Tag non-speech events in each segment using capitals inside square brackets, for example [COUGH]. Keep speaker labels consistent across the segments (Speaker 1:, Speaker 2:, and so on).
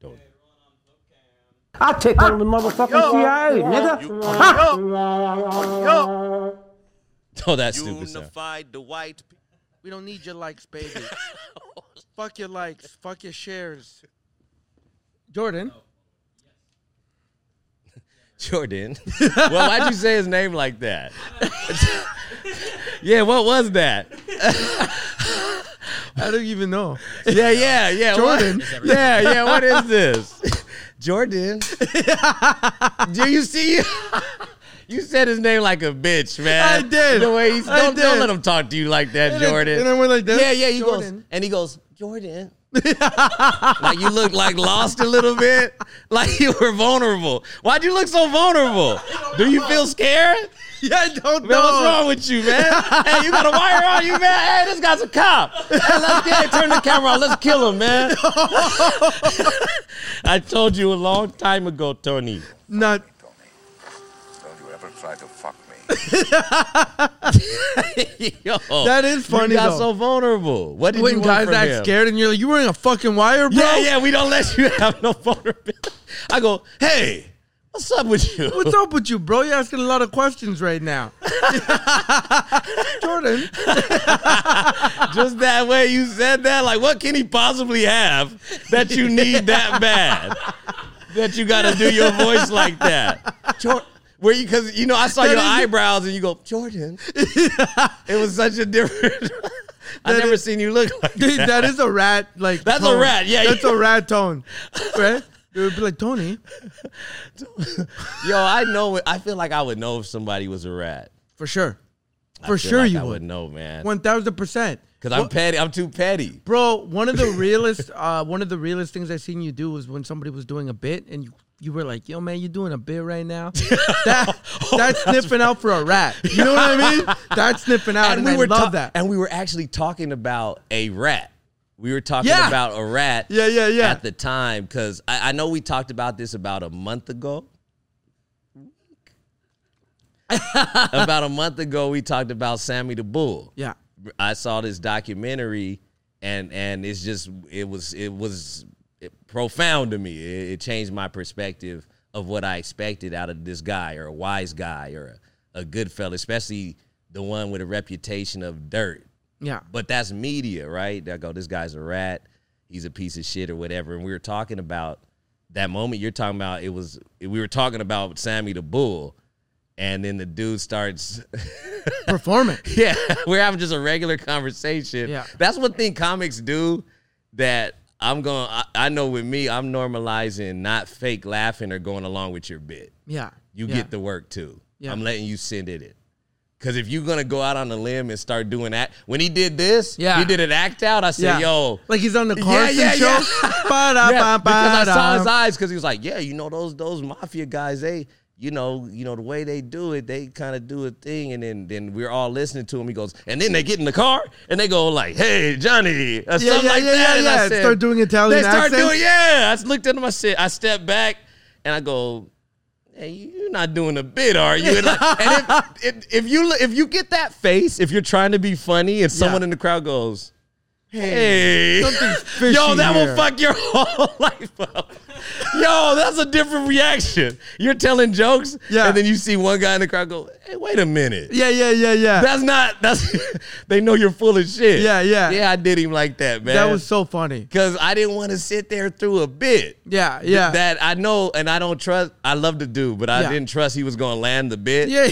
Speaker 1: Don't.
Speaker 2: I take on the motherfucking CIA, nigga.
Speaker 3: You, yo, yo,
Speaker 1: [LAUGHS] Oh, that stupid stuff.
Speaker 3: unified the white. pe-
Speaker 4: We don't need your likes, [LAUGHS] baby. fuck your likes. Fuck your shares. Jordan.
Speaker 1: Jordan. [LAUGHS] well, why'd you say his name like that? [LAUGHS] yeah, what was that?
Speaker 4: I don't even know.
Speaker 1: Yeah, yeah, yeah. what-
Speaker 4: Jordan.
Speaker 1: [LAUGHS] Yeah, yeah. What is this? [LAUGHS] Jordan. [LAUGHS] Do you see you? [LAUGHS] You said his name like a bitch, man.
Speaker 4: I did.
Speaker 1: The way he's,
Speaker 4: I
Speaker 1: don't, don't
Speaker 4: did.
Speaker 1: let him talk to you like that,
Speaker 4: And then-
Speaker 1: Jordan.
Speaker 4: and then we're like this.
Speaker 1: Yeah, yeah. He goes
Speaker 4: Jordan.
Speaker 1: and he goes, Jordan. [LAUGHS] like you look like lost a little bit, like you were vulnerable. Why'd you look so vulnerable? Do you feel
Speaker 4: [LAUGHS]
Speaker 1: scared?
Speaker 4: Yeah, I don't
Speaker 1: Man, what's wrong with you, man? hey, you got a wire on you, man. Hey, this guy's a cop. Hey, let's get turn the camera on. Let's kill him,
Speaker 4: [LAUGHS]
Speaker 1: man. I told you a long time ago,
Speaker 4: [LAUGHS]
Speaker 1: Tony.
Speaker 4: Not.
Speaker 5: Don't you ever try to fuck me.
Speaker 1: Yo,
Speaker 4: That is funny,
Speaker 1: You got
Speaker 4: though.
Speaker 1: so vulnerable. What did you
Speaker 4: When
Speaker 1: want
Speaker 4: guys
Speaker 1: from
Speaker 4: act
Speaker 1: him?
Speaker 4: scared and you're like, you wearing a fucking wire, bro?
Speaker 1: Yeah, yeah. We don't let you have no vulnerability. I go, hey, what's up with you?
Speaker 4: What's up with you, bro? You're asking a lot of questions right now. Jordan.
Speaker 1: [LAUGHS] Just that way you said that. Like, what can he possibly have that you need that bad? That you got to do your voice like that. Jor- where you, because, you know, I saw
Speaker 4: That
Speaker 1: your
Speaker 4: is-
Speaker 1: eyebrows and you go, Jordan. it was such a different. i
Speaker 4: That
Speaker 1: never
Speaker 4: is-
Speaker 1: seen you look like
Speaker 4: Dude,
Speaker 1: that.
Speaker 4: that is a rat. Like
Speaker 1: That's a rat, yeah.
Speaker 4: that's a rat tone, right? It would be like Tony.
Speaker 1: [LAUGHS] Yo, I know. it- I feel like I would know if somebody was a rat.
Speaker 4: For sure.
Speaker 1: I
Speaker 4: For
Speaker 1: feel
Speaker 4: sure
Speaker 1: like
Speaker 4: you
Speaker 1: I
Speaker 4: would.
Speaker 1: would know, man.
Speaker 4: One thousand percent.
Speaker 1: Because I'm petty. I'm too petty.
Speaker 4: Bro,
Speaker 1: [LAUGHS]
Speaker 4: one of the realest uh one of the realest things I seen you do was when somebody was doing a bit and you you were like, yo man, you doing a bit
Speaker 1: [LAUGHS]
Speaker 4: right now. That that's sniffing out for a rat. You know what I mean? That's sniffing out and, I
Speaker 1: were
Speaker 4: love
Speaker 1: ta-
Speaker 4: that.
Speaker 1: And we were actually talking about a rat. We were talking
Speaker 4: Yeah.
Speaker 1: about a rat.
Speaker 4: Yeah, yeah, yeah.
Speaker 1: At the time, because I, I know we talked about this about a month
Speaker 4: [LAUGHS]
Speaker 1: ago. about a month ago, we talked about Sammy the Bull.
Speaker 4: yeah.
Speaker 1: I saw this documentary, and and it's just it was it was profound to me. It, it changed my perspective of what I expected out of this guy, or a wise guy, or a, a good fella, especially the one with a reputation of dirt.
Speaker 4: Yeah.
Speaker 1: But that's media, right? They go, this guy's a rat, he's a piece of shit, or whatever. And we were talking about that moment you're talking about. It was we were talking about Sammy the Bull. And then the dude starts
Speaker 4: Performance.
Speaker 1: [LAUGHS] yeah, we're having just a regular conversation.
Speaker 4: Yeah.
Speaker 1: That's one thing comics do that I'm going to I know with me, I'm normalizing not fake laughing or going along with your bit.
Speaker 4: Yeah.
Speaker 1: You
Speaker 4: yeah.
Speaker 1: get the work too.
Speaker 4: Yeah.
Speaker 1: I'm letting you send it in. Cause if you're gonna go out on a limb and start doing that, when he did this,
Speaker 4: Yeah.
Speaker 1: he did an act out. I said,
Speaker 4: Yeah.
Speaker 1: "Yo,
Speaker 4: Like he's on the
Speaker 1: Yeah,
Speaker 4: Carson
Speaker 1: yeah,
Speaker 4: show.
Speaker 1: yeah. [LAUGHS]
Speaker 4: Ba-da,
Speaker 1: yeah,
Speaker 4: ba-ba-da.
Speaker 1: because I saw his eyes because he was like, yeah, you know those those mafia guys, they you know you know the way they do it, they kind of do a thing, and then then we're all listening to him. He goes, and then they get in the car and they go like, hey Johnny, or
Speaker 4: Yeah,
Speaker 1: something
Speaker 4: yeah,
Speaker 1: like
Speaker 4: yeah,
Speaker 1: that.
Speaker 4: yeah,
Speaker 1: and I
Speaker 4: yeah.
Speaker 1: said-
Speaker 4: Start doing Italian
Speaker 1: They start
Speaker 4: accents.
Speaker 1: doing yeah. I just looked at him. I said, I stepped back and I go. Hey, you- you're not doing a bit, are you? And, like, and
Speaker 4: [LAUGHS]
Speaker 1: if, if, if you if you get that face, if you're trying to be funny, and someone
Speaker 4: Yeah.
Speaker 1: in the crowd goes, "Hey, [LAUGHS] Yo, that
Speaker 4: here.
Speaker 1: will fuck your [LAUGHS] whole life up. Yo, that's a different reaction. You're telling jokes,
Speaker 4: Yeah.
Speaker 1: and then you see one guy in the crowd go, "Hey, wait a minute."
Speaker 4: Yeah, yeah, yeah, yeah.
Speaker 1: That's not. That's [LAUGHS] they know you're full of shit.
Speaker 4: Yeah, yeah.
Speaker 1: yeah. I did him like that, man.
Speaker 4: that was so funny.
Speaker 1: because I didn't want to sit there through a bit.
Speaker 4: Yeah,
Speaker 1: Th-
Speaker 4: yeah.
Speaker 1: that I know, and I don't trust. I love the dude, but I
Speaker 4: Yeah.
Speaker 1: didn't trust he was going to land the bit.
Speaker 4: yeah,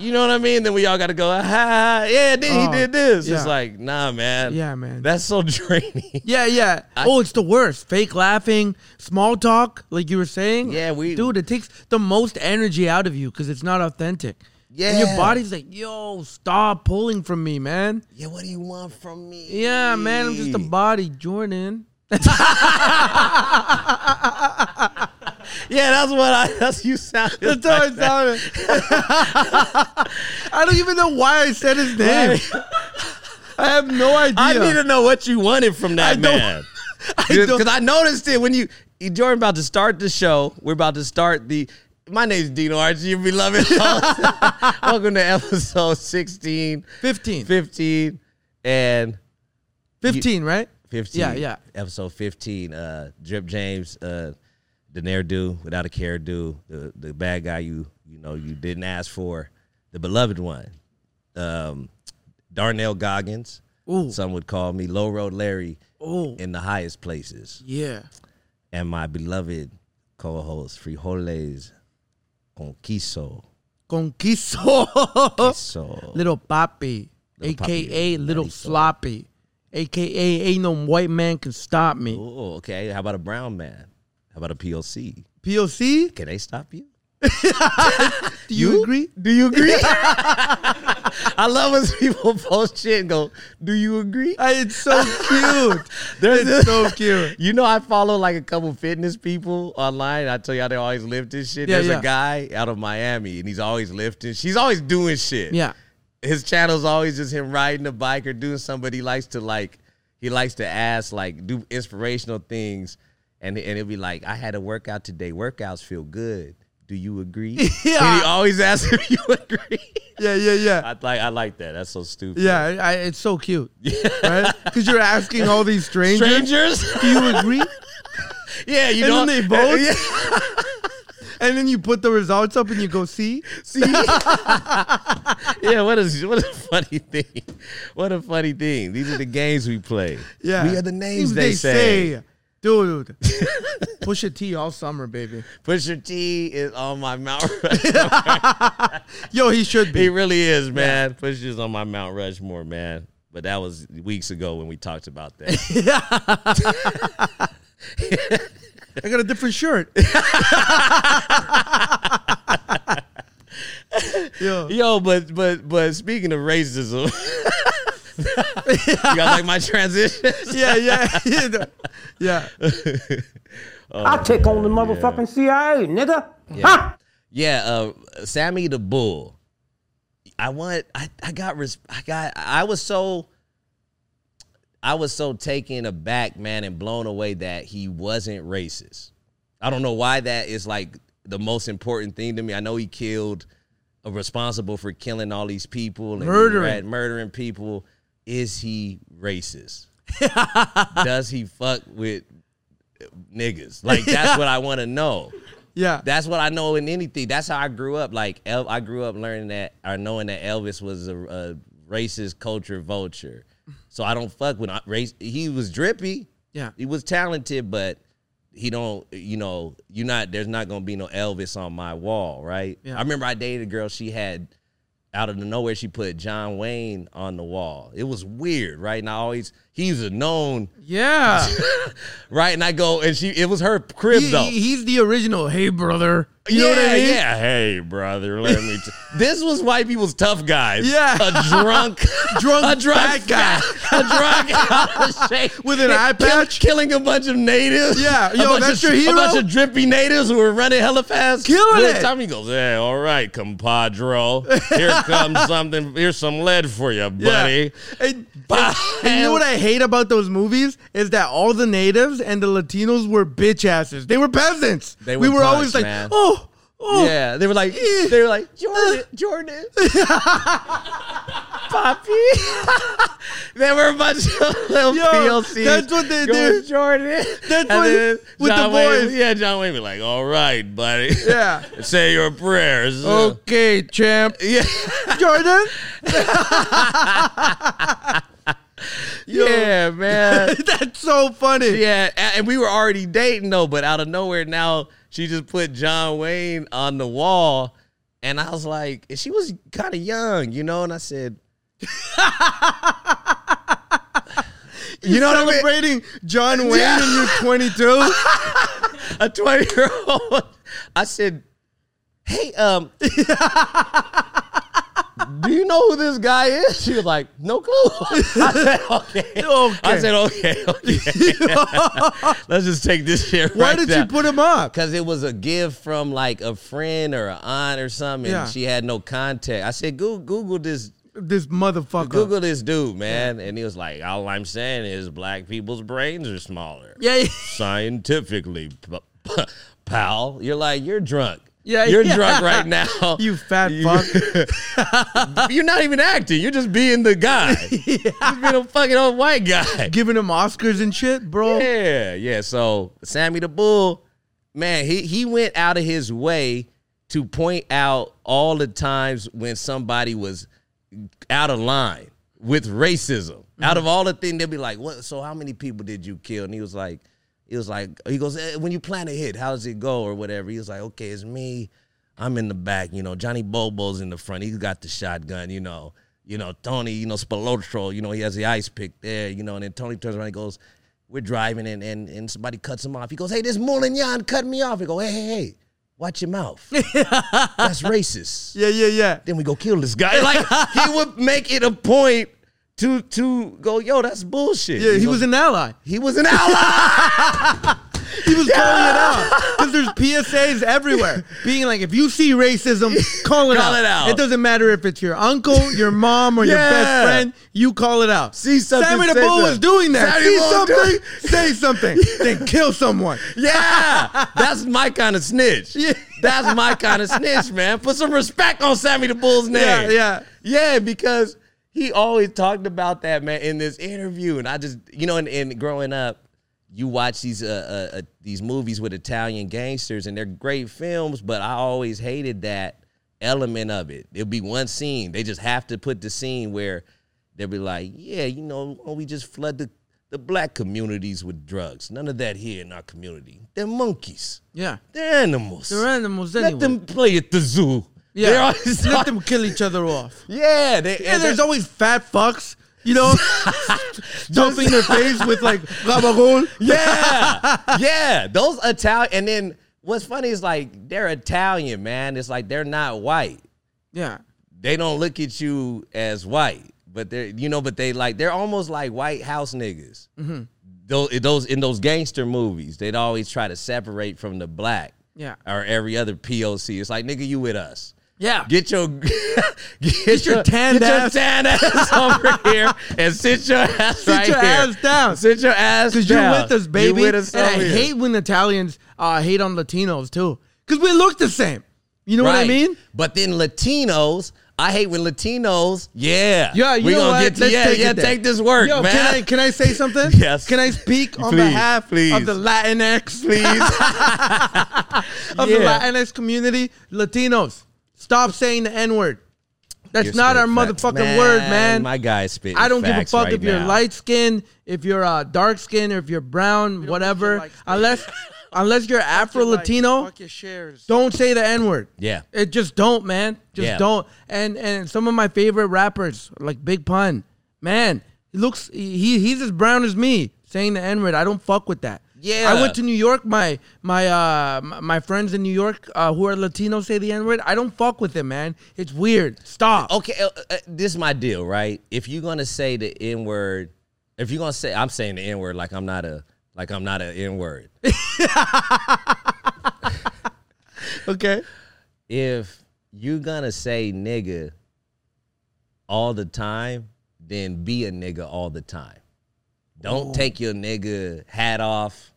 Speaker 1: You know what I mean? Then we all got to go. Ah, ha, ha, yeah, then
Speaker 4: Oh,
Speaker 1: he did this.
Speaker 4: yeah.
Speaker 1: It's like, nah, man.
Speaker 4: Yeah, man.
Speaker 1: That's so [LAUGHS] draining.
Speaker 4: yeah, yeah. oh, it's the worst. Fake laughing, small talk, like you were saying.
Speaker 1: Yeah, we-
Speaker 4: dude, it takes the most energy out of you because it's not authentic. and your
Speaker 1: Yeah.
Speaker 4: body's like, yo, stop pulling from me, man.
Speaker 1: Yeah, what do you want from me?
Speaker 4: Yeah, man, I'm just a body,
Speaker 1: [LAUGHS]
Speaker 4: Jordan.
Speaker 1: Yeah, that's what I. [LAUGHS] That's you sound.
Speaker 4: That's how it sounded. [LAUGHS] I don't even know why I said
Speaker 1: [LAUGHS]
Speaker 4: his name. I have no idea.
Speaker 1: I need to know what you wanted from that
Speaker 4: [LAUGHS] I don't-
Speaker 1: man. [LAUGHS]
Speaker 4: don't-
Speaker 1: Because I, noticed it when you Jordan about to start the show. We're about to start the. My name's Dino Archie, your beloved
Speaker 4: [LAUGHS]
Speaker 1: host. [LAUGHS] Welcome to episode 16,
Speaker 4: 15.
Speaker 1: 15, and
Speaker 4: 15, right?
Speaker 1: 15.
Speaker 4: Yeah, yeah.
Speaker 1: Episode 15. Uh, Drip James, uh, the ne'er do without a care do the the bad guy you you know you didn't ask for, the beloved one, um, Darnell Goggins.
Speaker 4: Ooh.
Speaker 1: Some would call me Low Road Larry
Speaker 4: Oh,
Speaker 1: in the highest places,
Speaker 4: yeah.
Speaker 1: and my beloved co-host Frijoles Conquiso.
Speaker 4: [LAUGHS] Conquiso.
Speaker 1: So
Speaker 4: Little Papi,
Speaker 1: Little Papi,
Speaker 4: aka Little
Speaker 1: Mariso.
Speaker 4: Floppy, aka Ain't No White Man Can Stop Me.
Speaker 1: Ooh, okay. How about a brown man? How about a POC?
Speaker 4: POC,
Speaker 1: Can they stop you?
Speaker 4: do you, agree?
Speaker 1: Do you
Speaker 4: [LAUGHS]
Speaker 1: agree? [LAUGHS] I love when people post shit and go, "Do you agree?"
Speaker 4: Uh, It's so [LAUGHS] cute.
Speaker 1: There's
Speaker 4: it's so cute.
Speaker 1: You know, I follow like a couple fitness people online. I tell y'all they always lift this shit.
Speaker 4: Yeah,
Speaker 1: There's
Speaker 4: yeah.
Speaker 1: a guy out of Miami and he's always lifting. She's always doing shit.
Speaker 4: Yeah.
Speaker 1: His channel's always just him riding a bike or doing something. But he likes to like he likes to ask, like, do inspirational things. And and it'll be like, I had a workout today. Workouts feel good. Do you agree?
Speaker 4: [LAUGHS] Yeah.
Speaker 1: And he always asks if you [LAUGHS] agree.
Speaker 4: Yeah, yeah, yeah.
Speaker 1: I like I like that. That's so stupid.
Speaker 4: Yeah, I, I- it's so [LAUGHS] cute. Right? Because you're asking all these strangers,
Speaker 1: Strangers? [LAUGHS]
Speaker 4: do [LAUGHS] you eh, agree?
Speaker 1: yeah, you
Speaker 4: And
Speaker 1: know
Speaker 4: then they vote. [LAUGHS] and then you put the results up and you go, see? See?
Speaker 1: [LAUGHS] yeah, what is what a funny thing. What a funny thing. These are the games we play.
Speaker 4: Yeah.
Speaker 1: We are the names they, say.
Speaker 4: [LAUGHS] Dude, push a T all summer, [LAUGHS] baby.
Speaker 1: Pusher T is on my Mount [LAUGHS] Rushmore.
Speaker 4: Yo, he should
Speaker 1: he
Speaker 4: be.
Speaker 1: really is, man. Pusher's on my Mount Rushmore, man. But that was weeks ago when we talked about that.
Speaker 4: I got a different shirt. [LAUGHS] Yo,
Speaker 1: Yo, but but but speaking of racism. [LAUGHS] you guys like my transition?
Speaker 4: yeah, yeah, [LAUGHS] you know. yeah.
Speaker 2: I take on the motherfucking CIA, nigga. Ha!
Speaker 1: Yeah, uh, Sammy the Bull. I want. I I got. Res- I got. I was so. I was so taken aback, man, and blown away that he wasn't racist. I don't know why that is like the most important thing to me. I know he killed, uh, responsible for killing all these people, and
Speaker 4: Murdering.
Speaker 1: rat- murdering people. Is he racist? Does he fuck with niggas? Like that's what I want to know.
Speaker 4: Yeah.
Speaker 1: That's what I know in anything. That's how I grew up. Like El- I grew up learning that or knowing that Elvis was a, a racist culture vulture. So I don't fuck with I- race. He was drippy.
Speaker 4: Yeah.
Speaker 1: he was talented, but he don't. You know, you not. There's not gonna be no Elvis on my wall, right? I
Speaker 4: Yeah.
Speaker 1: remember I dated a girl. She had out of the nowhere she put John Wayne on the wall. It was weird, right? And I always he's a known
Speaker 4: yeah.
Speaker 1: right, and I go and she. It was her crib
Speaker 4: He-
Speaker 1: though.
Speaker 4: he- he's the original. Hey, brother. You know what
Speaker 1: Yeah,
Speaker 4: I mean?
Speaker 1: Yeah, hey brother, let me. T- [LAUGHS] this was white people's tough guys.
Speaker 4: Yeah.
Speaker 1: a drunk,
Speaker 4: [LAUGHS] Drunk
Speaker 1: a drunk
Speaker 4: fat guy.
Speaker 1: a drunk out of shape
Speaker 4: [LAUGHS] With an eye
Speaker 1: kill-
Speaker 4: patch?
Speaker 1: killing a bunch of natives.
Speaker 4: Yeah,
Speaker 1: A
Speaker 4: yo,
Speaker 1: bunch
Speaker 4: that's
Speaker 1: of,
Speaker 4: your
Speaker 1: A bunch
Speaker 4: hero?
Speaker 1: of drippy natives who were running hella fast,
Speaker 4: Killing
Speaker 1: Little
Speaker 4: it.
Speaker 1: Tommy goes, "Hey, all right, compadre, here
Speaker 4: [LAUGHS]
Speaker 1: comes something. Here's some lead for you, buddy."
Speaker 4: And,
Speaker 1: Bye.
Speaker 4: and you know what I hate about those movies is that all the natives and the Latinos were bitch asses. They were peasants.
Speaker 1: They
Speaker 4: we
Speaker 1: were
Speaker 4: were
Speaker 1: punks,
Speaker 4: always like,
Speaker 1: man.
Speaker 4: oh, oh,
Speaker 1: Yeah, they were like, they were like,
Speaker 4: [LAUGHS]
Speaker 1: Jordan, Jordan, [LAUGHS] Poppy. [LAUGHS] they were a bunch of [LAUGHS] little
Speaker 4: Yo,
Speaker 1: PLCs.
Speaker 4: that's what they
Speaker 1: going,
Speaker 4: do.
Speaker 1: Jordan.
Speaker 4: That's
Speaker 1: And
Speaker 4: what-
Speaker 1: then
Speaker 4: with the
Speaker 1: John Wayne-
Speaker 4: boys.
Speaker 1: Yeah, John Wayne be like, all right, buddy.
Speaker 4: Yeah.
Speaker 1: [LAUGHS]
Speaker 4: Oh,
Speaker 1: Say your prayers.
Speaker 4: Okay, champ.
Speaker 1: Yeah.
Speaker 4: Jordan. [LAUGHS]
Speaker 1: Yeah, man.
Speaker 4: That's so funny.
Speaker 1: Yeah, a- and we were already dating though, but out of nowhere now she just put John Wayne on the wall, and I was like, and she was kind of young, you know, and I said, you know what I mean?
Speaker 4: Celebrating John Wayne
Speaker 1: Yeah.
Speaker 4: and you're
Speaker 1: [LAUGHS]
Speaker 4: 22.
Speaker 1: A twenty year old. I said, hey, um, [LAUGHS] do you know who this guy is? She was like, no clue. [LAUGHS] I said, okay.
Speaker 4: Okay.
Speaker 1: I said, okay, okay. [LAUGHS] Let's just take this shit.
Speaker 4: Why
Speaker 1: right
Speaker 4: did
Speaker 1: now.
Speaker 4: you put him up?
Speaker 1: Cause it was a gift from like a friend or an aunt or something.
Speaker 4: Yeah.
Speaker 1: And she had no contact. I said, Google, Google this,
Speaker 4: This motherfucker.
Speaker 1: Google this dude, man. And he was like, all I'm saying is black people's brains are smaller.
Speaker 4: Yeah. yeah.
Speaker 1: Scientifically, p- p- pal. You're like, you're drunk.
Speaker 4: Yeah,
Speaker 1: You're
Speaker 4: yeah.
Speaker 1: drunk right now.
Speaker 4: [LAUGHS] [LAUGHS] You fat
Speaker 1: You-
Speaker 4: fuck.
Speaker 1: [LAUGHS] You're not even acting. You're just being the
Speaker 4: [LAUGHS]
Speaker 1: guy. Just being a fucking old white guy.
Speaker 4: Giving him Oscars and shit, bro.
Speaker 1: Yeah, yeah. So Sammy the Bull, man, he he went out of his way to point out all the times when somebody was out of line with racism. Out of all the things, they'll be like, "What? So how many people did you kill?" And he was like, "He was like, he goes, eh, when you plan a hit, how does it go or whatever?" He was like, "Okay, it's me. I'm in the back. You know, Johnny Bobo's in the front. He's got the shotgun. You know." You know, Tony, you know, Spolotro, you know, he has the ice pick there, you know, and then Tony turns around and goes, we're driving and, and, and somebody cuts him off. He goes, hey, this Moulignon cut me off. He go, hey, hey, hey, watch your mouth. That's racist
Speaker 4: Yeah, yeah, yeah.
Speaker 1: then we go kill this guy. [LAUGHS] Like he would make it a point to to go, yo, that's bullshit.
Speaker 4: Yeah,
Speaker 1: You
Speaker 4: he
Speaker 1: know,
Speaker 4: was an ally.
Speaker 1: he was an
Speaker 4: [LAUGHS]
Speaker 1: ally.
Speaker 4: He was calling it out because there's
Speaker 1: [LAUGHS]
Speaker 4: PSAs everywhere, being like, if you see racism, call it
Speaker 1: Call
Speaker 4: out.
Speaker 1: it out.
Speaker 4: doesn't matter if it's your uncle, your mom, or your
Speaker 1: Yeah.
Speaker 4: best friend. You call it out.
Speaker 1: See something,
Speaker 4: Sammy the
Speaker 1: say
Speaker 4: Bull was
Speaker 1: something.
Speaker 4: doing that.
Speaker 1: Sammy
Speaker 4: see
Speaker 1: the Bull
Speaker 4: something, say
Speaker 1: [LAUGHS]
Speaker 4: something, then kill someone.
Speaker 1: yeah, that's my kind of snitch.
Speaker 4: [LAUGHS] Yeah.
Speaker 1: that's my kind of snitch, man. Put some respect on Sammy the Bull's name.
Speaker 4: Yeah, yeah.
Speaker 1: Yeah, because he always talked about that man in this interview, and I just you know, and, and growing up, you watch these uh, uh, uh these movies with Italian gangsters, and they're great films, but I always hated that element of it. It'll be one scene; they just have to put the scene where they'll be like, "Yeah, you know, why don't we just flood the." The black communities with drugs. None of that here in our community. They're monkeys.
Speaker 4: Yeah.
Speaker 1: They're animals.
Speaker 4: They're animals
Speaker 1: Let
Speaker 4: anyway.
Speaker 1: them play at the zoo. [LAUGHS]
Speaker 4: yeah. [LAUGHS]
Speaker 1: They're always
Speaker 4: Let them kill each other off.
Speaker 1: yeah, they,
Speaker 4: Yeah, there's always fat fucks, you [LAUGHS] know, dumping their face with [LAUGHS] like gabagool.
Speaker 1: yeah, yeah. Those Italian, and then what's funny is like they're Italian, man. It's like they're not white.
Speaker 4: Yeah.
Speaker 1: They don't look at you as white, but they're you know, but they like they're almost like white house niggas. Those, those in those gangster movies, they'd always try to separate from the black.
Speaker 4: Yeah.
Speaker 1: or every other POC. It's like nigga, you with us.
Speaker 4: Yeah.
Speaker 1: Get your [LAUGHS] get,
Speaker 4: your tanned
Speaker 1: get
Speaker 4: ass-
Speaker 1: your [LAUGHS] tan ass
Speaker 4: [LAUGHS]
Speaker 1: over here and sit your ass
Speaker 4: Sit
Speaker 1: right
Speaker 4: your
Speaker 1: here.
Speaker 4: ass down.
Speaker 1: Sit your ass
Speaker 4: Because you're
Speaker 1: down.
Speaker 4: with us,
Speaker 1: You
Speaker 4: baby.
Speaker 1: with us
Speaker 4: and I
Speaker 1: over here.
Speaker 4: hate when Italians uh, hate on Latinos too. Because we look the same. You know what I
Speaker 1: Right.
Speaker 4: mean?
Speaker 1: But then Latinos, I hate when Latinos. Yeah,
Speaker 4: Yeah, you
Speaker 1: we
Speaker 4: know
Speaker 1: gonna
Speaker 4: what?
Speaker 1: get to
Speaker 4: Let's
Speaker 1: yeah,
Speaker 4: take it
Speaker 1: yeah.
Speaker 4: there.
Speaker 1: Take this work,
Speaker 4: Yo,
Speaker 1: man.
Speaker 4: can I [LAUGHS] can I say something?
Speaker 1: Yes.
Speaker 4: Can I speak on
Speaker 1: Please,
Speaker 4: behalf of
Speaker 1: please.
Speaker 4: the
Speaker 1: [LAUGHS]
Speaker 4: Latinx
Speaker 1: please?
Speaker 4: of the
Speaker 1: Yeah.
Speaker 4: Latinx community? Latinos, stop saying the N word. That's
Speaker 1: You're
Speaker 4: not our
Speaker 1: spitting facts.
Speaker 4: motherfucking word, man.
Speaker 1: My guy's spitting.
Speaker 4: I don't give a
Speaker 1: facts
Speaker 4: fuck
Speaker 1: right
Speaker 4: if you're
Speaker 1: now.
Speaker 4: light skinned, if you're uh, dark skinned, or if you're brown, whatever.
Speaker 6: [LAUGHS]
Speaker 4: unless unless you're Afro Latino,
Speaker 6: Fuck your shares.
Speaker 4: don't say the N word.
Speaker 1: Yeah.
Speaker 4: It just don't, man. Just
Speaker 1: Yeah.
Speaker 4: don't. And and some of my favorite rappers, like Big Pun, man, he looks he he's as brown as me. Saying the N word, I don't fuck with that.
Speaker 1: Yeah.
Speaker 4: I went to New York. My my uh my my friends in New York uh, who are Latino say the N word. I don't fuck with it, man. It's weird. Stop.
Speaker 1: okay, uh, uh, this is my deal, right? If you're gonna say the N word, if you're gonna say, I'm saying the N word like I'm not a like I'm not an N word.
Speaker 4: Okay.
Speaker 1: if you're gonna say nigga all the time, then be a nigga all the time. Don't take your nigga hat off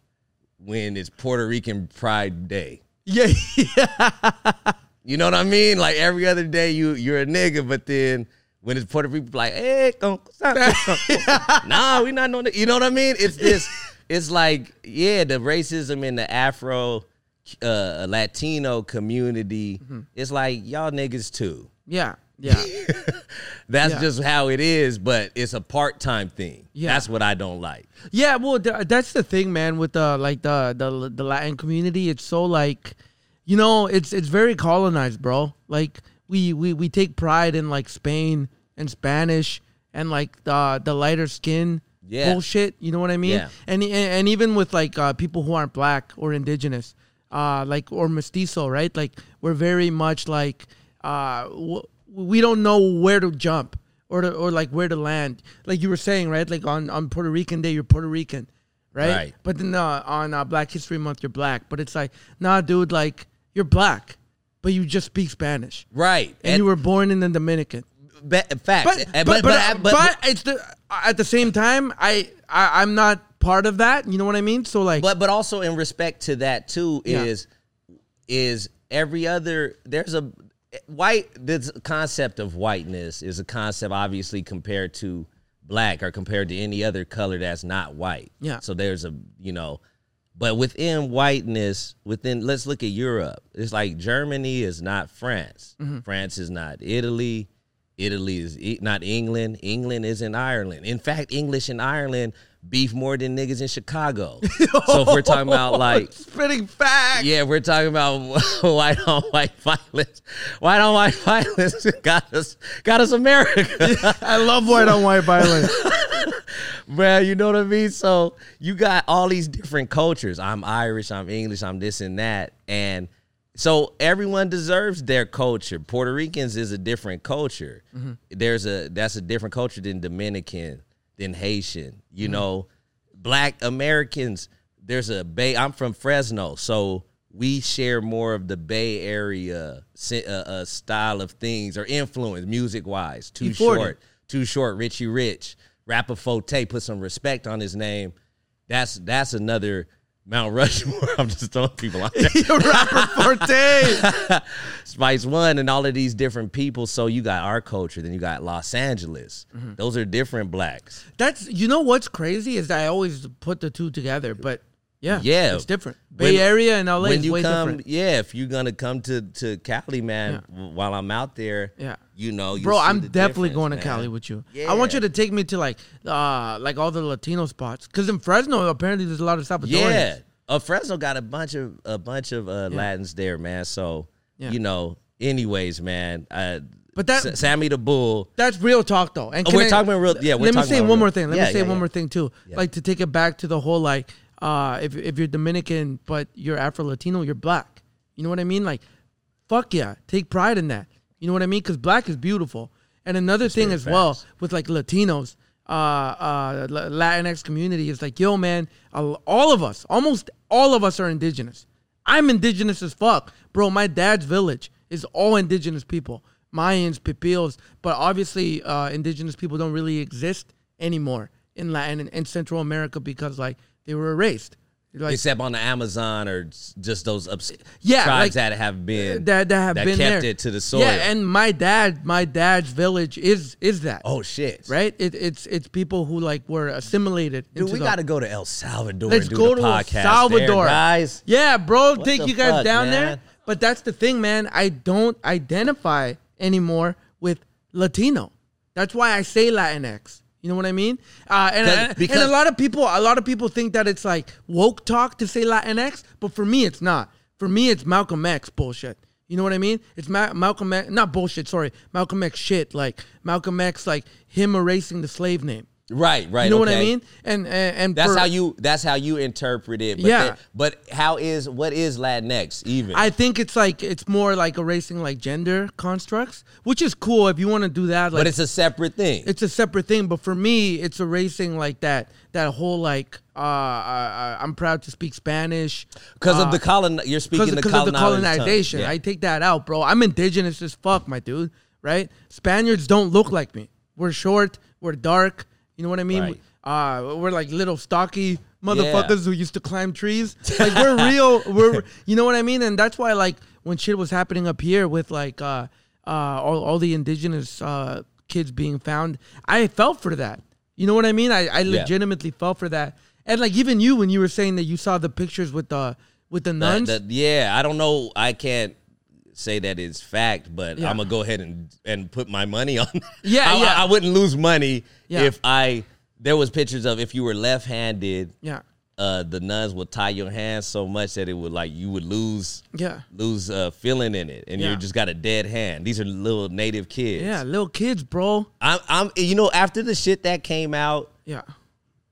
Speaker 1: when it's Puerto Rican Pride Day.
Speaker 4: [LAUGHS] Yeah.
Speaker 1: You know what I mean? Like every other day, you you're a nigga, but then when it's Puerto Rican, like, hey, con- con- con- con- nah, we not no. ni-" You know what I mean? It's this. It's like, yeah, the racism in the Afro uh, Latino community. It's like y'all niggas too. [LAUGHS]
Speaker 4: Yeah. Yeah.
Speaker 1: That's
Speaker 4: Yeah.
Speaker 1: just how it is, but it's a part time thing.
Speaker 4: Yeah.
Speaker 1: That's what I don't like.
Speaker 4: Yeah, well, th- that's the thing, man. With the like the the the Latin community, it's so like, you know, it's it's very colonized, bro. Like we we we take pride in like Spain and Spanish and like the the lighter skin
Speaker 1: Yeah.
Speaker 4: bullshit. You know what I mean?
Speaker 1: Yeah.
Speaker 4: And and, and even with like uh, people who aren't black or indigenous, uh, like or mestizo, right? Like we're very much like uh, w- we don't know where to jump or to, or like where to land. Like you were saying, right? Like on on Puerto Rican Day, you're Puerto Rican, right?
Speaker 1: Right.
Speaker 4: But then uh, on uh, Black History Month, you're black. But it's like, nah, dude, like you're black, but you just speak Spanish.
Speaker 1: Right.
Speaker 4: And, you were born in the Dominican,
Speaker 1: ba- facts.
Speaker 4: but but
Speaker 1: And-
Speaker 4: but,
Speaker 1: Eh, but- but-
Speaker 4: but it's the, uh, at the same time, I, I I'm not part of that. You know what I mean? So like,
Speaker 1: but but also in respect to that too
Speaker 4: Yeah.
Speaker 1: is is every other there's a white this concept of whiteness is a concept obviously compared to black or compared to any other color that's not white.
Speaker 4: Yeah.
Speaker 1: So there's a you know, but within whiteness, within let's look at Europe. It's like Germany is not France. France is not Italy. Italy is e- not England. England isn't Ireland. In fact, English and Ireland beef more than niggas in Chicago. so if we're talking about like
Speaker 4: Spitting facts.
Speaker 1: yeah, we're talking about [LAUGHS] white on white violence. White on white violence [LAUGHS] got us, got us America,
Speaker 4: I love white on white [LAUGHS] violence.
Speaker 1: man. You know what I mean? So you got all these different cultures. I'm Irish. I'm English. I'm this and that. And so everyone deserves their culture. Puerto Ricans is a different culture. There's a that's a different culture than Dominican, than Haitian. You know, Black Americans. There's a Bay. I'm from Fresno, so we share more of the Bay Area si- uh, uh, style of things or influence music wise. Too
Speaker 4: E40.
Speaker 1: short, too short. Richie Rich, rapper Forte, put some respect on his name. That's that's another Mount Rushmore. [LAUGHS] I'm just throwing people out there.
Speaker 4: [LAUGHS] rapper Forte.
Speaker 1: Spice One and all of these different people. So you got our culture, then you got Los Angeles.
Speaker 4: Mm-hmm.
Speaker 1: Those are different blacks.
Speaker 4: That's you know what's crazy is I always put the two together, but yeah,
Speaker 1: Yeah.
Speaker 4: it's different.
Speaker 1: When-
Speaker 4: Bay Area and LA
Speaker 1: when
Speaker 4: is
Speaker 1: you
Speaker 4: way
Speaker 1: come,
Speaker 4: different.
Speaker 1: yeah, if you're gonna come to to Cali, man, w- while I'm out there,
Speaker 4: Yeah.
Speaker 1: you know, you
Speaker 4: Bro,
Speaker 1: see
Speaker 4: I'm
Speaker 1: the
Speaker 4: definitely
Speaker 1: difference,
Speaker 4: going to
Speaker 1: man.
Speaker 4: Cali with you. I want
Speaker 1: Yeah.
Speaker 4: you to take me to like uh like all the Latino spots because in Fresno apparently there's a lot of Salvadorians.
Speaker 1: Yeah, uh, Fresno got a bunch of a bunch of uh, Latins there, man. So
Speaker 4: Yeah.
Speaker 1: you know, anyways, man. Uh,
Speaker 4: But that-
Speaker 1: S- Sammy the Bull,
Speaker 4: That's real talk, though. And
Speaker 1: Oh,
Speaker 4: can
Speaker 1: we're
Speaker 4: I-
Speaker 1: talking about real- yeah, we're
Speaker 4: let me
Speaker 1: talking
Speaker 4: say
Speaker 1: about
Speaker 4: one more
Speaker 1: real-
Speaker 4: thing. Let
Speaker 1: yeah,
Speaker 4: me say
Speaker 1: yeah,
Speaker 4: one
Speaker 1: yeah.
Speaker 4: more thing too. Like to take it back to the whole like, uh, if if you're Dominican but you're Afro Latino, you're black. You know what I mean? Like, fuck yeah, take pride in that. You know what I mean? Because black is beautiful. And another thing
Speaker 1: very
Speaker 4: as well
Speaker 1: fast.
Speaker 4: with like Latinos, uh, uh, La- Latinx community is like, yo, man, all all of us, almost all of us are indigenous. I'm indigenous as fuck, bro. My dad's village is all indigenous people, Mayans, Pipios, but obviously, uh, indigenous people don't really exist anymore in Latin and, and Central America because like they were erased. Like,
Speaker 1: except on the Amazon or s- just those obs-
Speaker 4: Yeah,
Speaker 1: tribes
Speaker 4: like,
Speaker 1: that have been
Speaker 4: that that have
Speaker 1: that
Speaker 4: been
Speaker 1: kept
Speaker 4: there.
Speaker 1: it to the soil.
Speaker 4: Yeah, and my dad, my dad's village is is that.
Speaker 1: oh shit,
Speaker 4: right? It, it's it's people who like were assimilated.
Speaker 1: Dude,
Speaker 4: into
Speaker 1: we
Speaker 4: the-
Speaker 1: got to go to El Salvador.
Speaker 4: Let's
Speaker 1: and do
Speaker 4: go
Speaker 1: the
Speaker 4: to El
Speaker 1: podcast
Speaker 4: Salvador,
Speaker 1: there, guys.
Speaker 4: Yeah, bro, take
Speaker 1: the
Speaker 4: you guys
Speaker 1: fuck,
Speaker 4: down
Speaker 1: man?
Speaker 4: there. But that's the thing, man. I don't identify anymore with Latino. That's why I say Latinx. You know what I mean? Uh, and,
Speaker 1: Because-
Speaker 4: and,
Speaker 1: because-
Speaker 4: and a lot of people, a lot of people think that it's like woke talk to say Latinx, but for me, it's not. For me, it's Malcolm X bullshit. You know what I mean? It's Ma- Malcolm X, not bullshit. Sorry, Malcolm X shit. Like Malcolm X, like him erasing the slave name.
Speaker 1: Right, right.
Speaker 4: You know what I
Speaker 1: okay.
Speaker 4: mean? And and, and
Speaker 1: That's
Speaker 4: for-
Speaker 1: how you. That's how you interpret it. But
Speaker 4: Yeah.
Speaker 1: then- but how is what is Latinx even?
Speaker 4: I think it's like it's more like erasing like gender constructs, which is cool if you want to do that. Like
Speaker 1: but it's a separate thing.
Speaker 4: it's a separate thing. But for me, it's erasing like that that whole like uh, uh I'm proud to speak Spanish
Speaker 1: Because of the colon, you're speaking
Speaker 4: because
Speaker 1: the
Speaker 4: uh, of the
Speaker 1: colonization.
Speaker 4: colonization.
Speaker 1: Yeah.
Speaker 4: I take that out, bro. I'm indigenous as fuck, my dude. Right? Spaniards don't look like me. We're short. We're dark. You know what I mean? Uh, we're like little stocky motherfuckers who used to climb trees. Like
Speaker 1: [LAUGHS]
Speaker 4: we're real. We're you know what I mean? And that's why like when shit was happening up here with like uh, uh, all all the indigenous uh, kids being found, I felt for that. You know what I mean? I, I legitimately felt for that. And like even you when you were saying that you saw the pictures with the with the
Speaker 1: That-
Speaker 4: nuns.
Speaker 1: that- yeah, I don't know. I can't say that it's fact, but
Speaker 4: Yeah.
Speaker 1: I'm gonna go ahead and and put my money [LAUGHS] on. that.
Speaker 4: Yeah,
Speaker 1: I,
Speaker 4: yeah.
Speaker 1: I, I wouldn't lose money
Speaker 4: Yeah.
Speaker 1: if I. There was pictures of if you were left-handed.
Speaker 4: Yeah.
Speaker 1: Uh, the nuns would tie your hands so much that it would like you would lose
Speaker 4: Yeah.
Speaker 1: lose uh, feeling in it, and you
Speaker 4: Yeah.
Speaker 1: just got a dead hand. These are little native kids.
Speaker 4: Yeah, little kids, bro.
Speaker 1: I'm, I'm. You know, after the shit that came out,
Speaker 4: Yeah.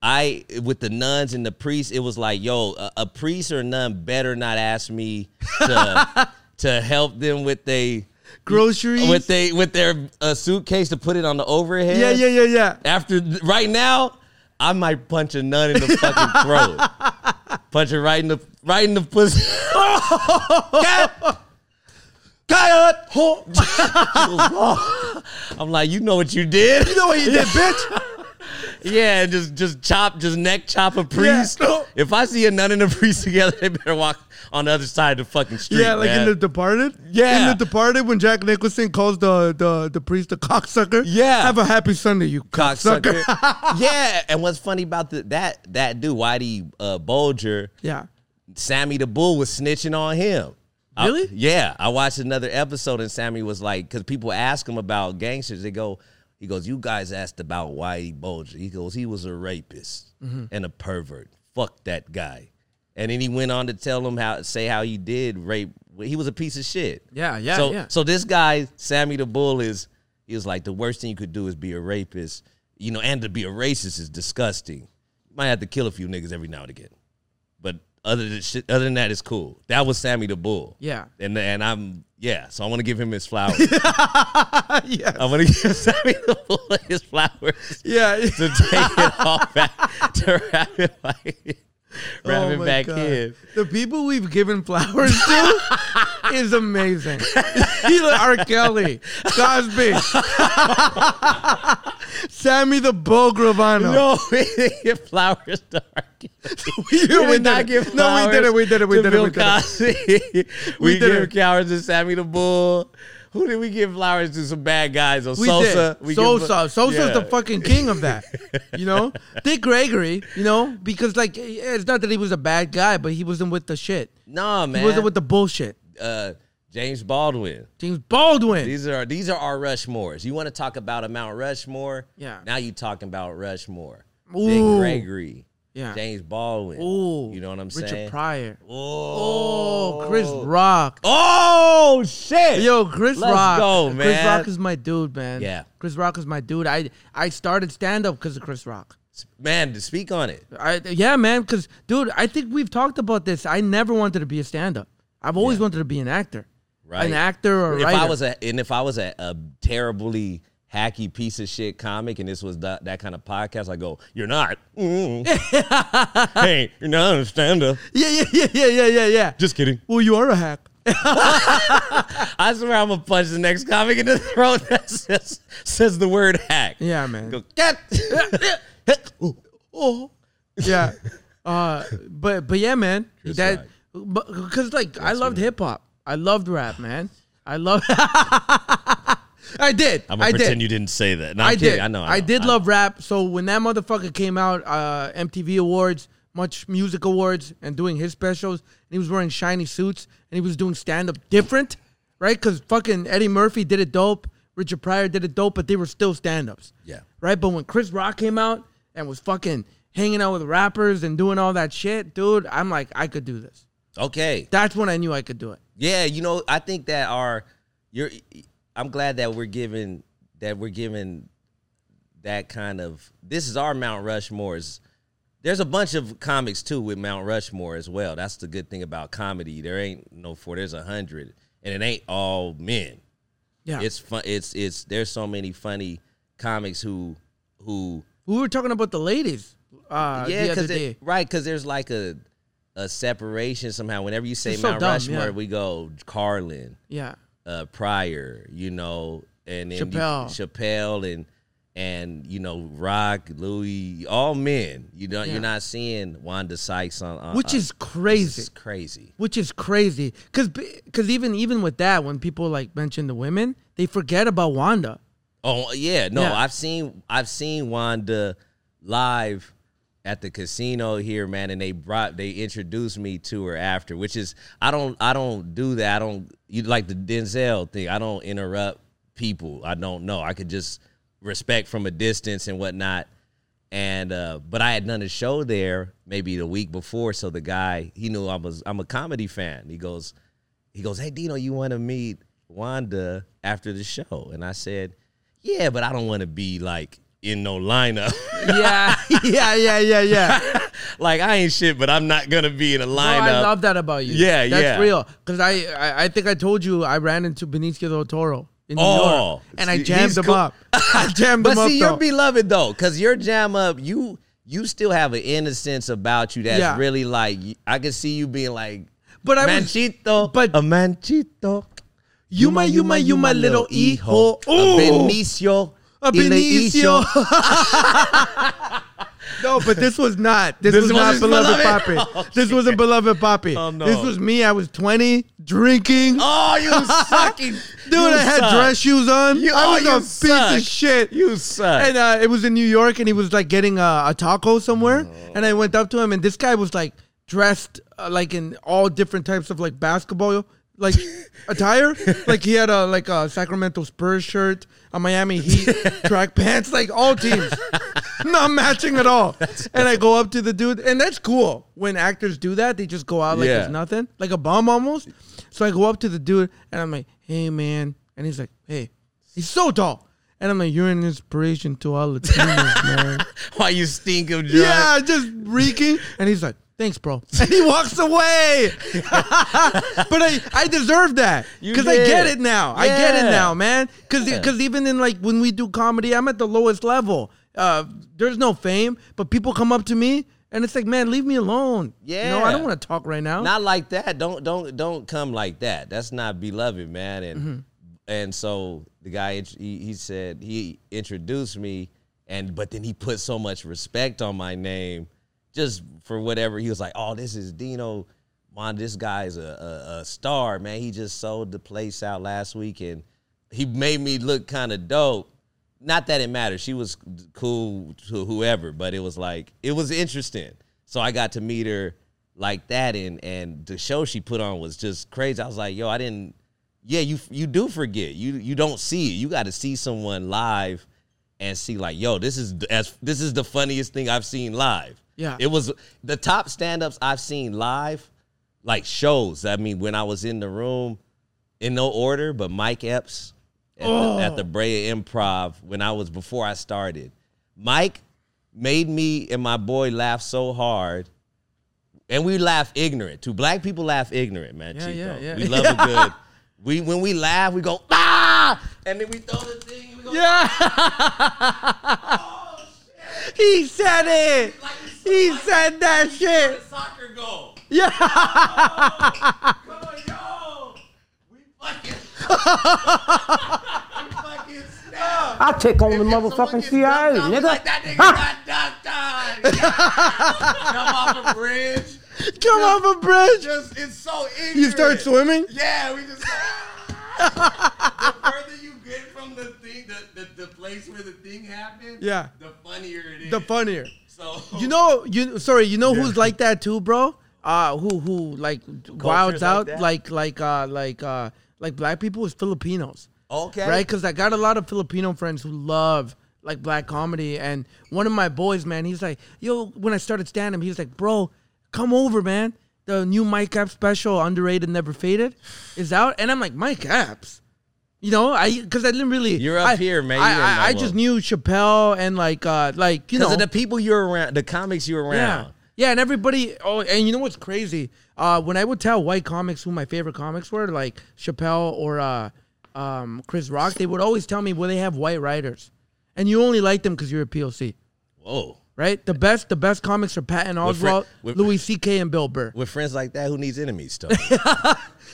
Speaker 1: I with the nuns and the priests, it was like, yo, a, a priest or nun better not ask me
Speaker 4: [LAUGHS]
Speaker 1: to to help them with they
Speaker 4: Groceries.
Speaker 1: with they with their uh, suitcase to put it on the overhead.
Speaker 4: yeah, yeah, yeah, [LAUGHS] yeah.
Speaker 1: After right now, I might punch a nun in the fucking throat.
Speaker 4: [LAUGHS]
Speaker 1: Punch her right in the right in the pussy. God! God!
Speaker 4: [LAUGHS]
Speaker 1: I'm like, you know what you did.
Speaker 4: [LAUGHS] You know what you did, bitch?
Speaker 1: Yeah, just just chop, just neck chop a priest.
Speaker 4: no.
Speaker 1: If I see a nun and a priest together, they better walk on the other side of the fucking street.
Speaker 4: Yeah, like in
Speaker 1: man.
Speaker 4: The Departed.
Speaker 1: Yeah.
Speaker 4: in The Departed, when Jack Nicholson calls the the, the priest a cocksucker.
Speaker 1: Yeah.
Speaker 4: have a happy Sunday, you cocksucker.
Speaker 1: cocksucker. [LAUGHS] yeah, and what's funny about the, that that dude, Whitey uh, Bulger,
Speaker 4: [LAUGHS] yeah,
Speaker 1: Sammy the Bull was snitching on him. I-
Speaker 4: Really?
Speaker 1: yeah, I watched another episode and Sammy was like, because people ask him about gangsters, they go, he goes, you guys asked about Whitey Bulger. He goes, he was a rapist
Speaker 4: Mm-hmm.
Speaker 1: and a pervert. Fuck that guy. And then he went on to tell him how say how he did rape. He was a piece of shit.
Speaker 4: Yeah, yeah,
Speaker 1: So
Speaker 4: yeah.
Speaker 1: so this guy Sammy the Bull is he was like the worst thing you could do is be a rapist, you know, and to be a racist is disgusting. You might have to kill a few niggas every now and again. But other than shit, other than that, it's cool. That was Sammy the Bull.
Speaker 4: Yeah.
Speaker 1: And and I'm yeah. So I want to give him his flowers.
Speaker 4: [LAUGHS] [LAUGHS] yeah,
Speaker 1: I want to [LAUGHS] give Sammy the Bull his flowers
Speaker 4: yeah.
Speaker 1: to take it
Speaker 4: [LAUGHS]
Speaker 1: all back to wrap it like wrap
Speaker 4: Oh
Speaker 1: it
Speaker 4: my
Speaker 1: back
Speaker 4: God.
Speaker 1: in.
Speaker 4: The people we've given flowers to [LAUGHS] is amazing. He's like R. [LAUGHS] Kelly, Cosby, Sammy the Bull Gravano.
Speaker 1: No, [LAUGHS] we didn't give flowers to R. Kelly.
Speaker 4: we,
Speaker 1: We did not
Speaker 4: it.
Speaker 1: give
Speaker 4: No, we did it. We did it. We
Speaker 1: to
Speaker 4: did it.
Speaker 1: Bill
Speaker 4: We did it.
Speaker 1: Cosby. [LAUGHS] we
Speaker 4: [LAUGHS] We did
Speaker 1: gave
Speaker 4: it.
Speaker 1: flowers to Sammy the Bull. Who did we give flowers to? Some bad guys or
Speaker 4: We
Speaker 1: Sosa?
Speaker 4: did.
Speaker 1: We give-
Speaker 4: Sosa. Sosa's
Speaker 1: Yeah.
Speaker 4: the fucking king of that.
Speaker 1: [LAUGHS]
Speaker 4: You know? Dick Gregory, you know? Because, like, yeah, it's not that he was a bad guy, but he wasn't with the shit.
Speaker 1: Nah, man.
Speaker 4: He wasn't with the bullshit.
Speaker 1: uh, James Baldwin.
Speaker 4: James Baldwin.
Speaker 1: These are these are our Rushmores. You want to talk about a Mount Rushmore?
Speaker 4: Yeah.
Speaker 1: Now you talking about Rushmore.
Speaker 4: Ooh.
Speaker 1: Dick Gregory.
Speaker 4: Yeah.
Speaker 1: James Baldwin.
Speaker 4: Ooh.
Speaker 1: You know what I'm
Speaker 4: Richard
Speaker 1: saying?
Speaker 4: Richard Pryor.
Speaker 1: Oh.
Speaker 4: Oh, Chris Rock.
Speaker 1: Oh shit.
Speaker 4: Yo, Chris
Speaker 1: Let's
Speaker 4: Rock.
Speaker 1: go,
Speaker 4: Chris
Speaker 1: man.
Speaker 4: Rock is my dude, man.
Speaker 1: Yeah.
Speaker 4: Chris Rock is my dude. I I started stand up because of Chris Rock.
Speaker 1: Man, to speak on it.
Speaker 4: I yeah, man. Because dude, I think we've talked about this. I never wanted to be a stand-up. I've always wanted to be an actor,
Speaker 1: Right.
Speaker 4: An actor or
Speaker 1: If
Speaker 4: writer.
Speaker 1: I was a and if I was a, a terribly hacky piece of shit comic and this was that, that kind of podcast, I go, You're not. Mm.
Speaker 4: [LAUGHS]
Speaker 1: hey, you're not a stand up.
Speaker 4: yeah, yeah, yeah, yeah, yeah, yeah, yeah.
Speaker 1: Just kidding.
Speaker 4: well, you are
Speaker 1: [LAUGHS]
Speaker 4: a hack.
Speaker 1: I swear I'm gonna punch the next comic in the [LAUGHS] throat that says, says the word hack.
Speaker 4: Yeah,
Speaker 1: [LAUGHS]
Speaker 4: man.
Speaker 1: Go get.
Speaker 4: Oh, yeah. uh, but but yeah, man. that because like I loved hip hop. I loved rap, man. I love. [LAUGHS] I did.
Speaker 1: I'm
Speaker 4: I
Speaker 1: gonna pretend
Speaker 4: did.
Speaker 1: you didn't say that. No, I'm
Speaker 4: I
Speaker 1: kidding.
Speaker 4: did.
Speaker 1: I know. I, know.
Speaker 4: did
Speaker 1: I-
Speaker 4: love rap. So when that motherfucker came out, uh, MTV Awards, Much Music Awards, and doing his specials, and he was wearing shiny suits, and he was doing stand up different, right? Because fucking Eddie Murphy did it dope, Richard Pryor did it dope, but they were still stand ups.
Speaker 1: Yeah.
Speaker 4: Right? But when Chris Rock came out and was fucking hanging out with rappers and doing all that shit, dude, I'm like, I could do this.
Speaker 1: Okay.
Speaker 4: That's when I knew I could do it.
Speaker 1: Yeah, you know, I think that our you're I'm glad that we're given that we're given that kind of this is our Mount Rushmore's there's a bunch of comics too with Mount Rushmore as well. That's the good thing about comedy. There ain't no four, there's a hundred. And it ain't all men.
Speaker 4: Yeah.
Speaker 1: It's fun it's it's there's so many funny comics who who
Speaker 4: we were talking about the ladies uh,
Speaker 1: yeah,
Speaker 4: the other
Speaker 1: because
Speaker 4: day.
Speaker 1: right, because there's like a a separation somehow. Whenever you say
Speaker 4: It's so
Speaker 1: Mount
Speaker 4: dumb,
Speaker 1: Rushmore,
Speaker 4: yeah.
Speaker 1: we go Carlin,
Speaker 4: Yeah.
Speaker 1: uh, Pryor, you know, and then you-
Speaker 4: Chappelle.
Speaker 1: Chappelle, and and you know Rock, Louis, all men. You know,
Speaker 4: Yeah.
Speaker 1: you're not seeing Wanda Sykes on, on
Speaker 4: Which
Speaker 1: on-
Speaker 4: is crazy.
Speaker 1: It's crazy.
Speaker 4: which is crazy because because even even with that when people like mention the women they forget about wanda [LAUGHS]
Speaker 1: Oh yeah, no,
Speaker 4: Yeah.
Speaker 1: I've seen I've seen Wanda live at the casino here, man, and they brought they introduced me to her after, which is I don't I don't do that. I don't you like the Denzel thing. I don't interrupt people. I don't know. I could just respect from a distance and whatnot. And uh but I had done a show there maybe the week before, so the guy he knew I was I'm a comedy fan. He goes, he goes, Hey Dino, you wanna meet Wanda after the show? And I said, Yeah, but I don't wanna be like in no lineup. [LAUGHS]
Speaker 4: yeah yeah yeah yeah yeah
Speaker 1: like I ain't shit, but I'm not gonna be in a
Speaker 4: Oh,
Speaker 1: lineup.
Speaker 4: i love that about you
Speaker 1: Yeah,
Speaker 4: that's
Speaker 1: yeah.
Speaker 4: real because I, I i think i told you i ran into benicio del toro in new
Speaker 1: Oh,
Speaker 4: york and i
Speaker 1: he's
Speaker 4: jammed him
Speaker 1: cool.
Speaker 4: up [LAUGHS] i jammed
Speaker 1: but
Speaker 4: him up
Speaker 1: see, you're
Speaker 4: though.
Speaker 1: beloved though, cause your jam up, you you still have an innocence about you that's
Speaker 4: Yeah.
Speaker 1: really like I can see you being like
Speaker 4: But I was-
Speaker 1: manchito,
Speaker 4: but-
Speaker 1: a manchito.
Speaker 4: you my you my you my little hijo
Speaker 1: Benicio
Speaker 4: A Benicio. [LAUGHS] no, but this
Speaker 1: [LAUGHS]
Speaker 4: was not. This,
Speaker 1: This
Speaker 4: was not
Speaker 1: wasn't
Speaker 4: beloved
Speaker 1: Beloved? [LAUGHS]
Speaker 4: Papi. this wasn't beloved Papi.
Speaker 1: Oh, no.
Speaker 4: This was me. I was twenty, drinking.
Speaker 1: [LAUGHS] Oh,
Speaker 4: [LAUGHS]
Speaker 1: you sucking.
Speaker 4: Dude, I had dress shoes on.
Speaker 1: You-
Speaker 4: I
Speaker 1: oh,
Speaker 4: was
Speaker 1: you
Speaker 4: a piece
Speaker 1: suck.
Speaker 4: of shit.
Speaker 1: You suck.
Speaker 4: And uh, it was in New York, and he was like getting a, a taco somewhere. And I went up to him, and this guy was like dressed uh, like in all different types of like basketball
Speaker 1: [LAUGHS]
Speaker 4: like attire. Like he had a like a Sacramento Spurs shirt, a Miami
Speaker 1: [LAUGHS]
Speaker 4: Heat track pants, like all teams, not matching at all. and I go up to the dude, and that's cool when actors do that. They just go out like
Speaker 1: Yeah.
Speaker 4: there's nothing, like a bomb almost. So I go up to the dude, and I'm like, "Hey, man," and he's like, "Hey." He's so tall. And I'm like, you're an inspiration to all
Speaker 1: [LAUGHS]
Speaker 4: Latinos, man.
Speaker 1: Why you stink of drugs?
Speaker 4: yeah, just reeking. And he's like, thanks, bro. [LAUGHS] And he walks away. [LAUGHS] but I, I deserve that.
Speaker 1: You
Speaker 4: Because I get
Speaker 1: did.
Speaker 4: it now. I get it
Speaker 1: Yeah.
Speaker 4: now, man. Because
Speaker 1: Yeah.
Speaker 4: even in like when we do comedy, I'm at the lowest level. Uh, there's no fame, but people come up to me and it's like, man, leave me alone. You know, I
Speaker 1: Yeah.
Speaker 4: don't want to talk right now.
Speaker 1: Not like that. Don't don't don't come like that. That's not beloved, man. And and so the guy int- he, he said he introduced me, and but then he put so much respect on my name, just for whatever. He was like, "Oh, this is Dino." Man, this guy's a, a, a star, man. He just sold the place out last week, and he made me look kind of dope. Not that it matters. She was cool to whoever, but it was like it was interesting. So I got to meet her like that, and and the show she put on was just crazy. I was like, yo, I didn't. Yeah, you you do forget. You you don't see it. You got to see someone live and see like, yo, this is the- as this is the funniest thing I've seen live.
Speaker 4: Yeah.
Speaker 1: it was the top stand ups I've seen live, like shows. I mean, when I was in the room, in no order, but Mike Epps at, the,
Speaker 4: Oh.
Speaker 1: at the Brea Improv when I was before I started. Mike made me and my boy laugh so hard. And we laugh ignorant. too. black people laugh ignorant, man.
Speaker 4: Yeah,
Speaker 1: Chico.
Speaker 4: yeah, yeah.
Speaker 1: We love a
Speaker 4: [LAUGHS]
Speaker 1: good. We when we laugh, we go ah, and then we throw the thing. And we go,
Speaker 4: Yeah. He said it. He said that shit.
Speaker 1: Soccer goal.
Speaker 4: Yeah.
Speaker 1: Come on, yo. We fucking. we fucking snap.
Speaker 2: I take on the
Speaker 1: If someone
Speaker 2: motherfucking
Speaker 1: gets
Speaker 2: CIA,
Speaker 1: knocked out,
Speaker 2: nigga.
Speaker 1: Like that nigga got knocked out. Come off a bridge.
Speaker 4: Come off a bridge.
Speaker 1: Just it's so ignorant.
Speaker 4: You start swimming?
Speaker 1: Yeah, we just. the further you get from the thing, the, the, the place where the thing happened.
Speaker 4: Yeah.
Speaker 1: The funnier it is.
Speaker 4: The funnier. [LAUGHS]
Speaker 1: So
Speaker 4: You know, you sorry, you know who's like that too, bro? Uh who who like wilds
Speaker 1: like
Speaker 4: out
Speaker 1: that?
Speaker 4: like like uh like uh like black people is Filipinos.
Speaker 1: Okay.
Speaker 4: Right? Cuz I got a lot of Filipino friends who love like black comedy and one of my boys, man, he's like, "Yo, when I started stand up, he was like, "Bro, come over, man. The new Mike Epps special, underrated, never faded, is out." And I'm like, "Mike Epps?" You know, I because I didn't really.
Speaker 1: You're up
Speaker 4: I-
Speaker 1: here, man. You
Speaker 4: I,
Speaker 1: didn't
Speaker 4: I,
Speaker 1: know
Speaker 4: I
Speaker 1: him.
Speaker 4: just knew Chappelle and like, uh like you know,
Speaker 1: Because of the people you're around, the comics you're
Speaker 4: yeah.
Speaker 1: around.
Speaker 4: Yeah, and everybody. Oh, and you know what's crazy? Uh, when I would tell white comics who my favorite comics were, like Chappelle or uh, um, Chris Rock, they would always tell me, "Well, they have white writers, and you only like them because you're a POC,
Speaker 1: Whoa.
Speaker 4: right?" The best, the best comics are Patton
Speaker 1: fri-
Speaker 4: Oswalt,
Speaker 1: with-
Speaker 4: Louis C.K., and Bill Burr.
Speaker 1: With friends like that, who needs enemies, though?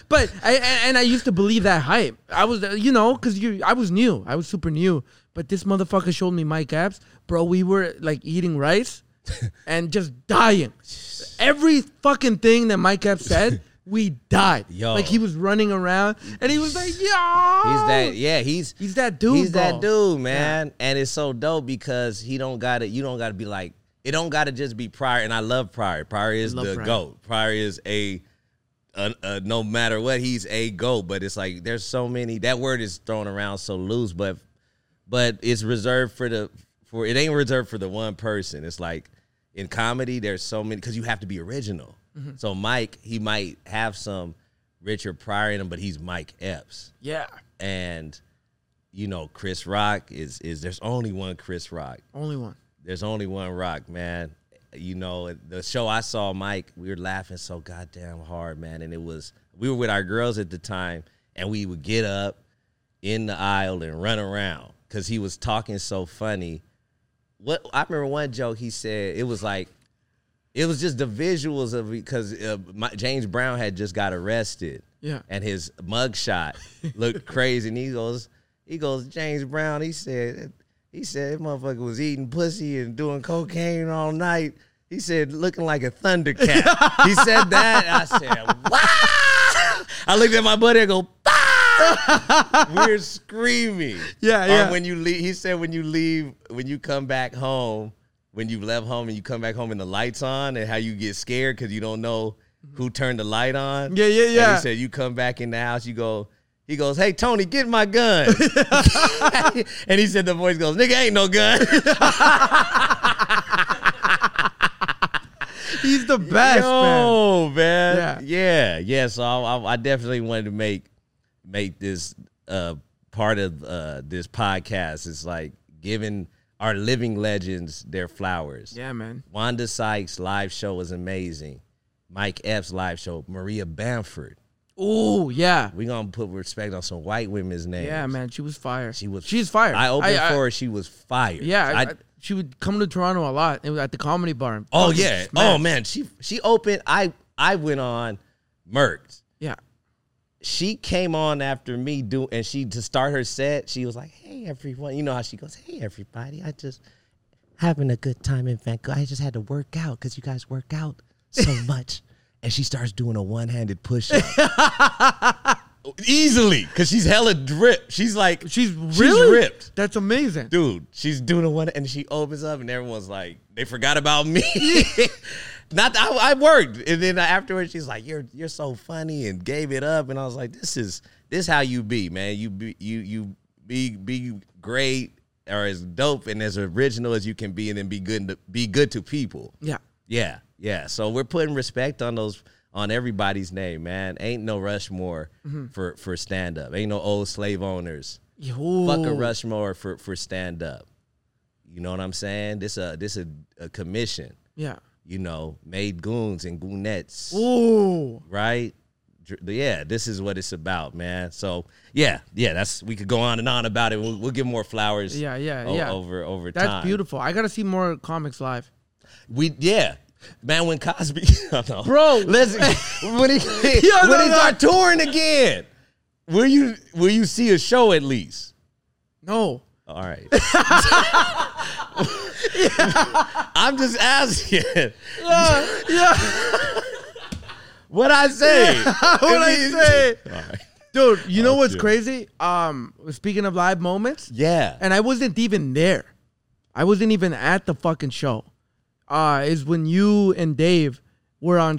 Speaker 4: But I and- and I used to believe that hype. I was, uh, you know, because you, I was new. I was super new. But this motherfucker showed me Mike Epps, bro. We were like eating rice and just dying. Every fucking thing that Mike Epps said, we died.
Speaker 1: Yo.
Speaker 4: Like he was running around and he was like, yo, he's
Speaker 1: He's that e-, yeah, he's
Speaker 4: He's that dude,
Speaker 1: He's that
Speaker 4: bro.
Speaker 1: dude, man. And it's so dope because he don't gotta you don't gotta be like it don't gotta just be prior and I love prior. Prior is
Speaker 4: love
Speaker 1: the
Speaker 4: Pryor.
Speaker 1: goat. Prior is a a, a, no matter what, he's a goat. But it's like there's so many that word is thrown around so loose, but but it's reserved for the for it ain't reserved for the one person. It's like in comedy, there's so many because you have to be original.
Speaker 4: Mm-hmm.
Speaker 1: So Mike, he might have some Richard Pryor in him, but he's Mike Epps
Speaker 4: Yeah.
Speaker 1: and you know Chris Rock is is there's only one Chris Rock.
Speaker 4: Only one.
Speaker 1: There's only one Rock, man. You know the show I saw Mike, we were laughing so goddamn hard, man, and it was we were with our girls at the time and we would get up in the aisle and run around cuz he was talking so funny. What I remember one joke he said, it was like it was just the visuals of because uh, my, James Brown had just got arrested.
Speaker 4: Yeah.
Speaker 1: And his mugshot looked crazy. And he goes, he goes, James Brown, he said, He said that motherfucker was eating pussy and doing cocaine all night. He said looking like a thundercat. he said that. I said, wow. I looked at my buddy and go, "Ah!" [LAUGHS] We're screaming.
Speaker 4: Yeah,
Speaker 1: Or
Speaker 4: yeah.
Speaker 1: when you leave, he said when you leave, when you come back home, when you left home and you come back home and the lights on and how you get scared because you don't know who turned the light on.
Speaker 4: Yeah, yeah,
Speaker 1: And
Speaker 4: yeah.
Speaker 1: he said you come back in the house, you go. He goes, hey Tony, get my [LAUGHS] gun. and he said the voice goes, nigga ain't no gun.
Speaker 4: He's the best, man.
Speaker 1: Yo, man.
Speaker 4: Yeah.
Speaker 1: Yeah. Yeah. So I, I, I definitely wanted to make make this uh, part of uh, this podcast is like giving our living legends their flowers.
Speaker 4: Yeah, man.
Speaker 1: Wanda Sykes live show was amazing. Mike Epps live show. Maria Bamford.
Speaker 4: Ooh, yeah.
Speaker 1: We gonna put respect on some white women's names.
Speaker 4: Yeah, man. She was fire.
Speaker 1: She was.
Speaker 4: She's fire.
Speaker 1: I opened
Speaker 4: I-
Speaker 1: for her. She was fired.
Speaker 4: Yeah, I,
Speaker 1: I-
Speaker 4: I- she would come to Toronto a lot. It was at the comedy bar. and
Speaker 1: oh
Speaker 4: fucking
Speaker 1: yeah.
Speaker 4: smash.
Speaker 1: Oh man. She she opened. I I went on. Merked.
Speaker 4: Yeah.
Speaker 1: she came on after me do and she to start her set she was like hey everyone you know how she goes hey everybody i just having a good time in vancouver i just had to work out because you guys work out [LAUGHS] so much and she starts doing a one-handed push-up [LAUGHS] easily because she's hella dripped she's like
Speaker 4: She's really
Speaker 1: ripped
Speaker 4: That's amazing.
Speaker 1: dude, she's doing a one, and she opens up, and everyone's like, they forgot about me. [LAUGHS] Not that I, I worked, and then afterwards, she's like, "You're you're so funny," and gave it up, and I was like, "This is this how you be, man. You be you you be be great or as dope and as original as you can be, and then be good to, be good to people."
Speaker 4: Yeah.
Speaker 1: Yeah, yeah. So we're putting respect on those on everybody's name, man. Ain't no Rushmore for for stand up. Ain't no old slave owners
Speaker 4: Yo.
Speaker 1: fuck a Rushmore for for stand up. You know what I'm saying? This a this a, a commission.
Speaker 4: Yeah.
Speaker 1: You know, made goons and goonettes,
Speaker 4: Ooh.
Speaker 1: right? Dr- Yeah, this is what it's about, man. So yeah, yeah, that's we could go on and on about it. We'll, we'll give more flowers.
Speaker 4: Yeah, yeah,
Speaker 1: o-
Speaker 4: yeah.
Speaker 1: Over over
Speaker 4: That's
Speaker 1: time.
Speaker 4: beautiful. I gotta see more comics live.
Speaker 1: We yeah. Man, when Cosby, [LAUGHS] I know.
Speaker 4: Bro.
Speaker 1: listen,
Speaker 4: [LAUGHS]
Speaker 1: when he
Speaker 4: Yo,
Speaker 1: when
Speaker 4: no,
Speaker 1: he
Speaker 4: no.
Speaker 1: start touring again, will you will you see a show at least?
Speaker 4: No.
Speaker 1: All
Speaker 4: [LAUGHS]
Speaker 1: right. I'm just asking.
Speaker 4: Yeah. yeah.
Speaker 1: What I
Speaker 4: [LAUGHS]
Speaker 1: say?
Speaker 4: what I say.
Speaker 1: All right.
Speaker 4: Oh, Dude, you know what's
Speaker 1: shit.
Speaker 4: crazy? Um, speaking of live moments,
Speaker 1: Yeah.
Speaker 4: and I wasn't even there. I wasn't even at the fucking show. Uh, is when you and Dave were on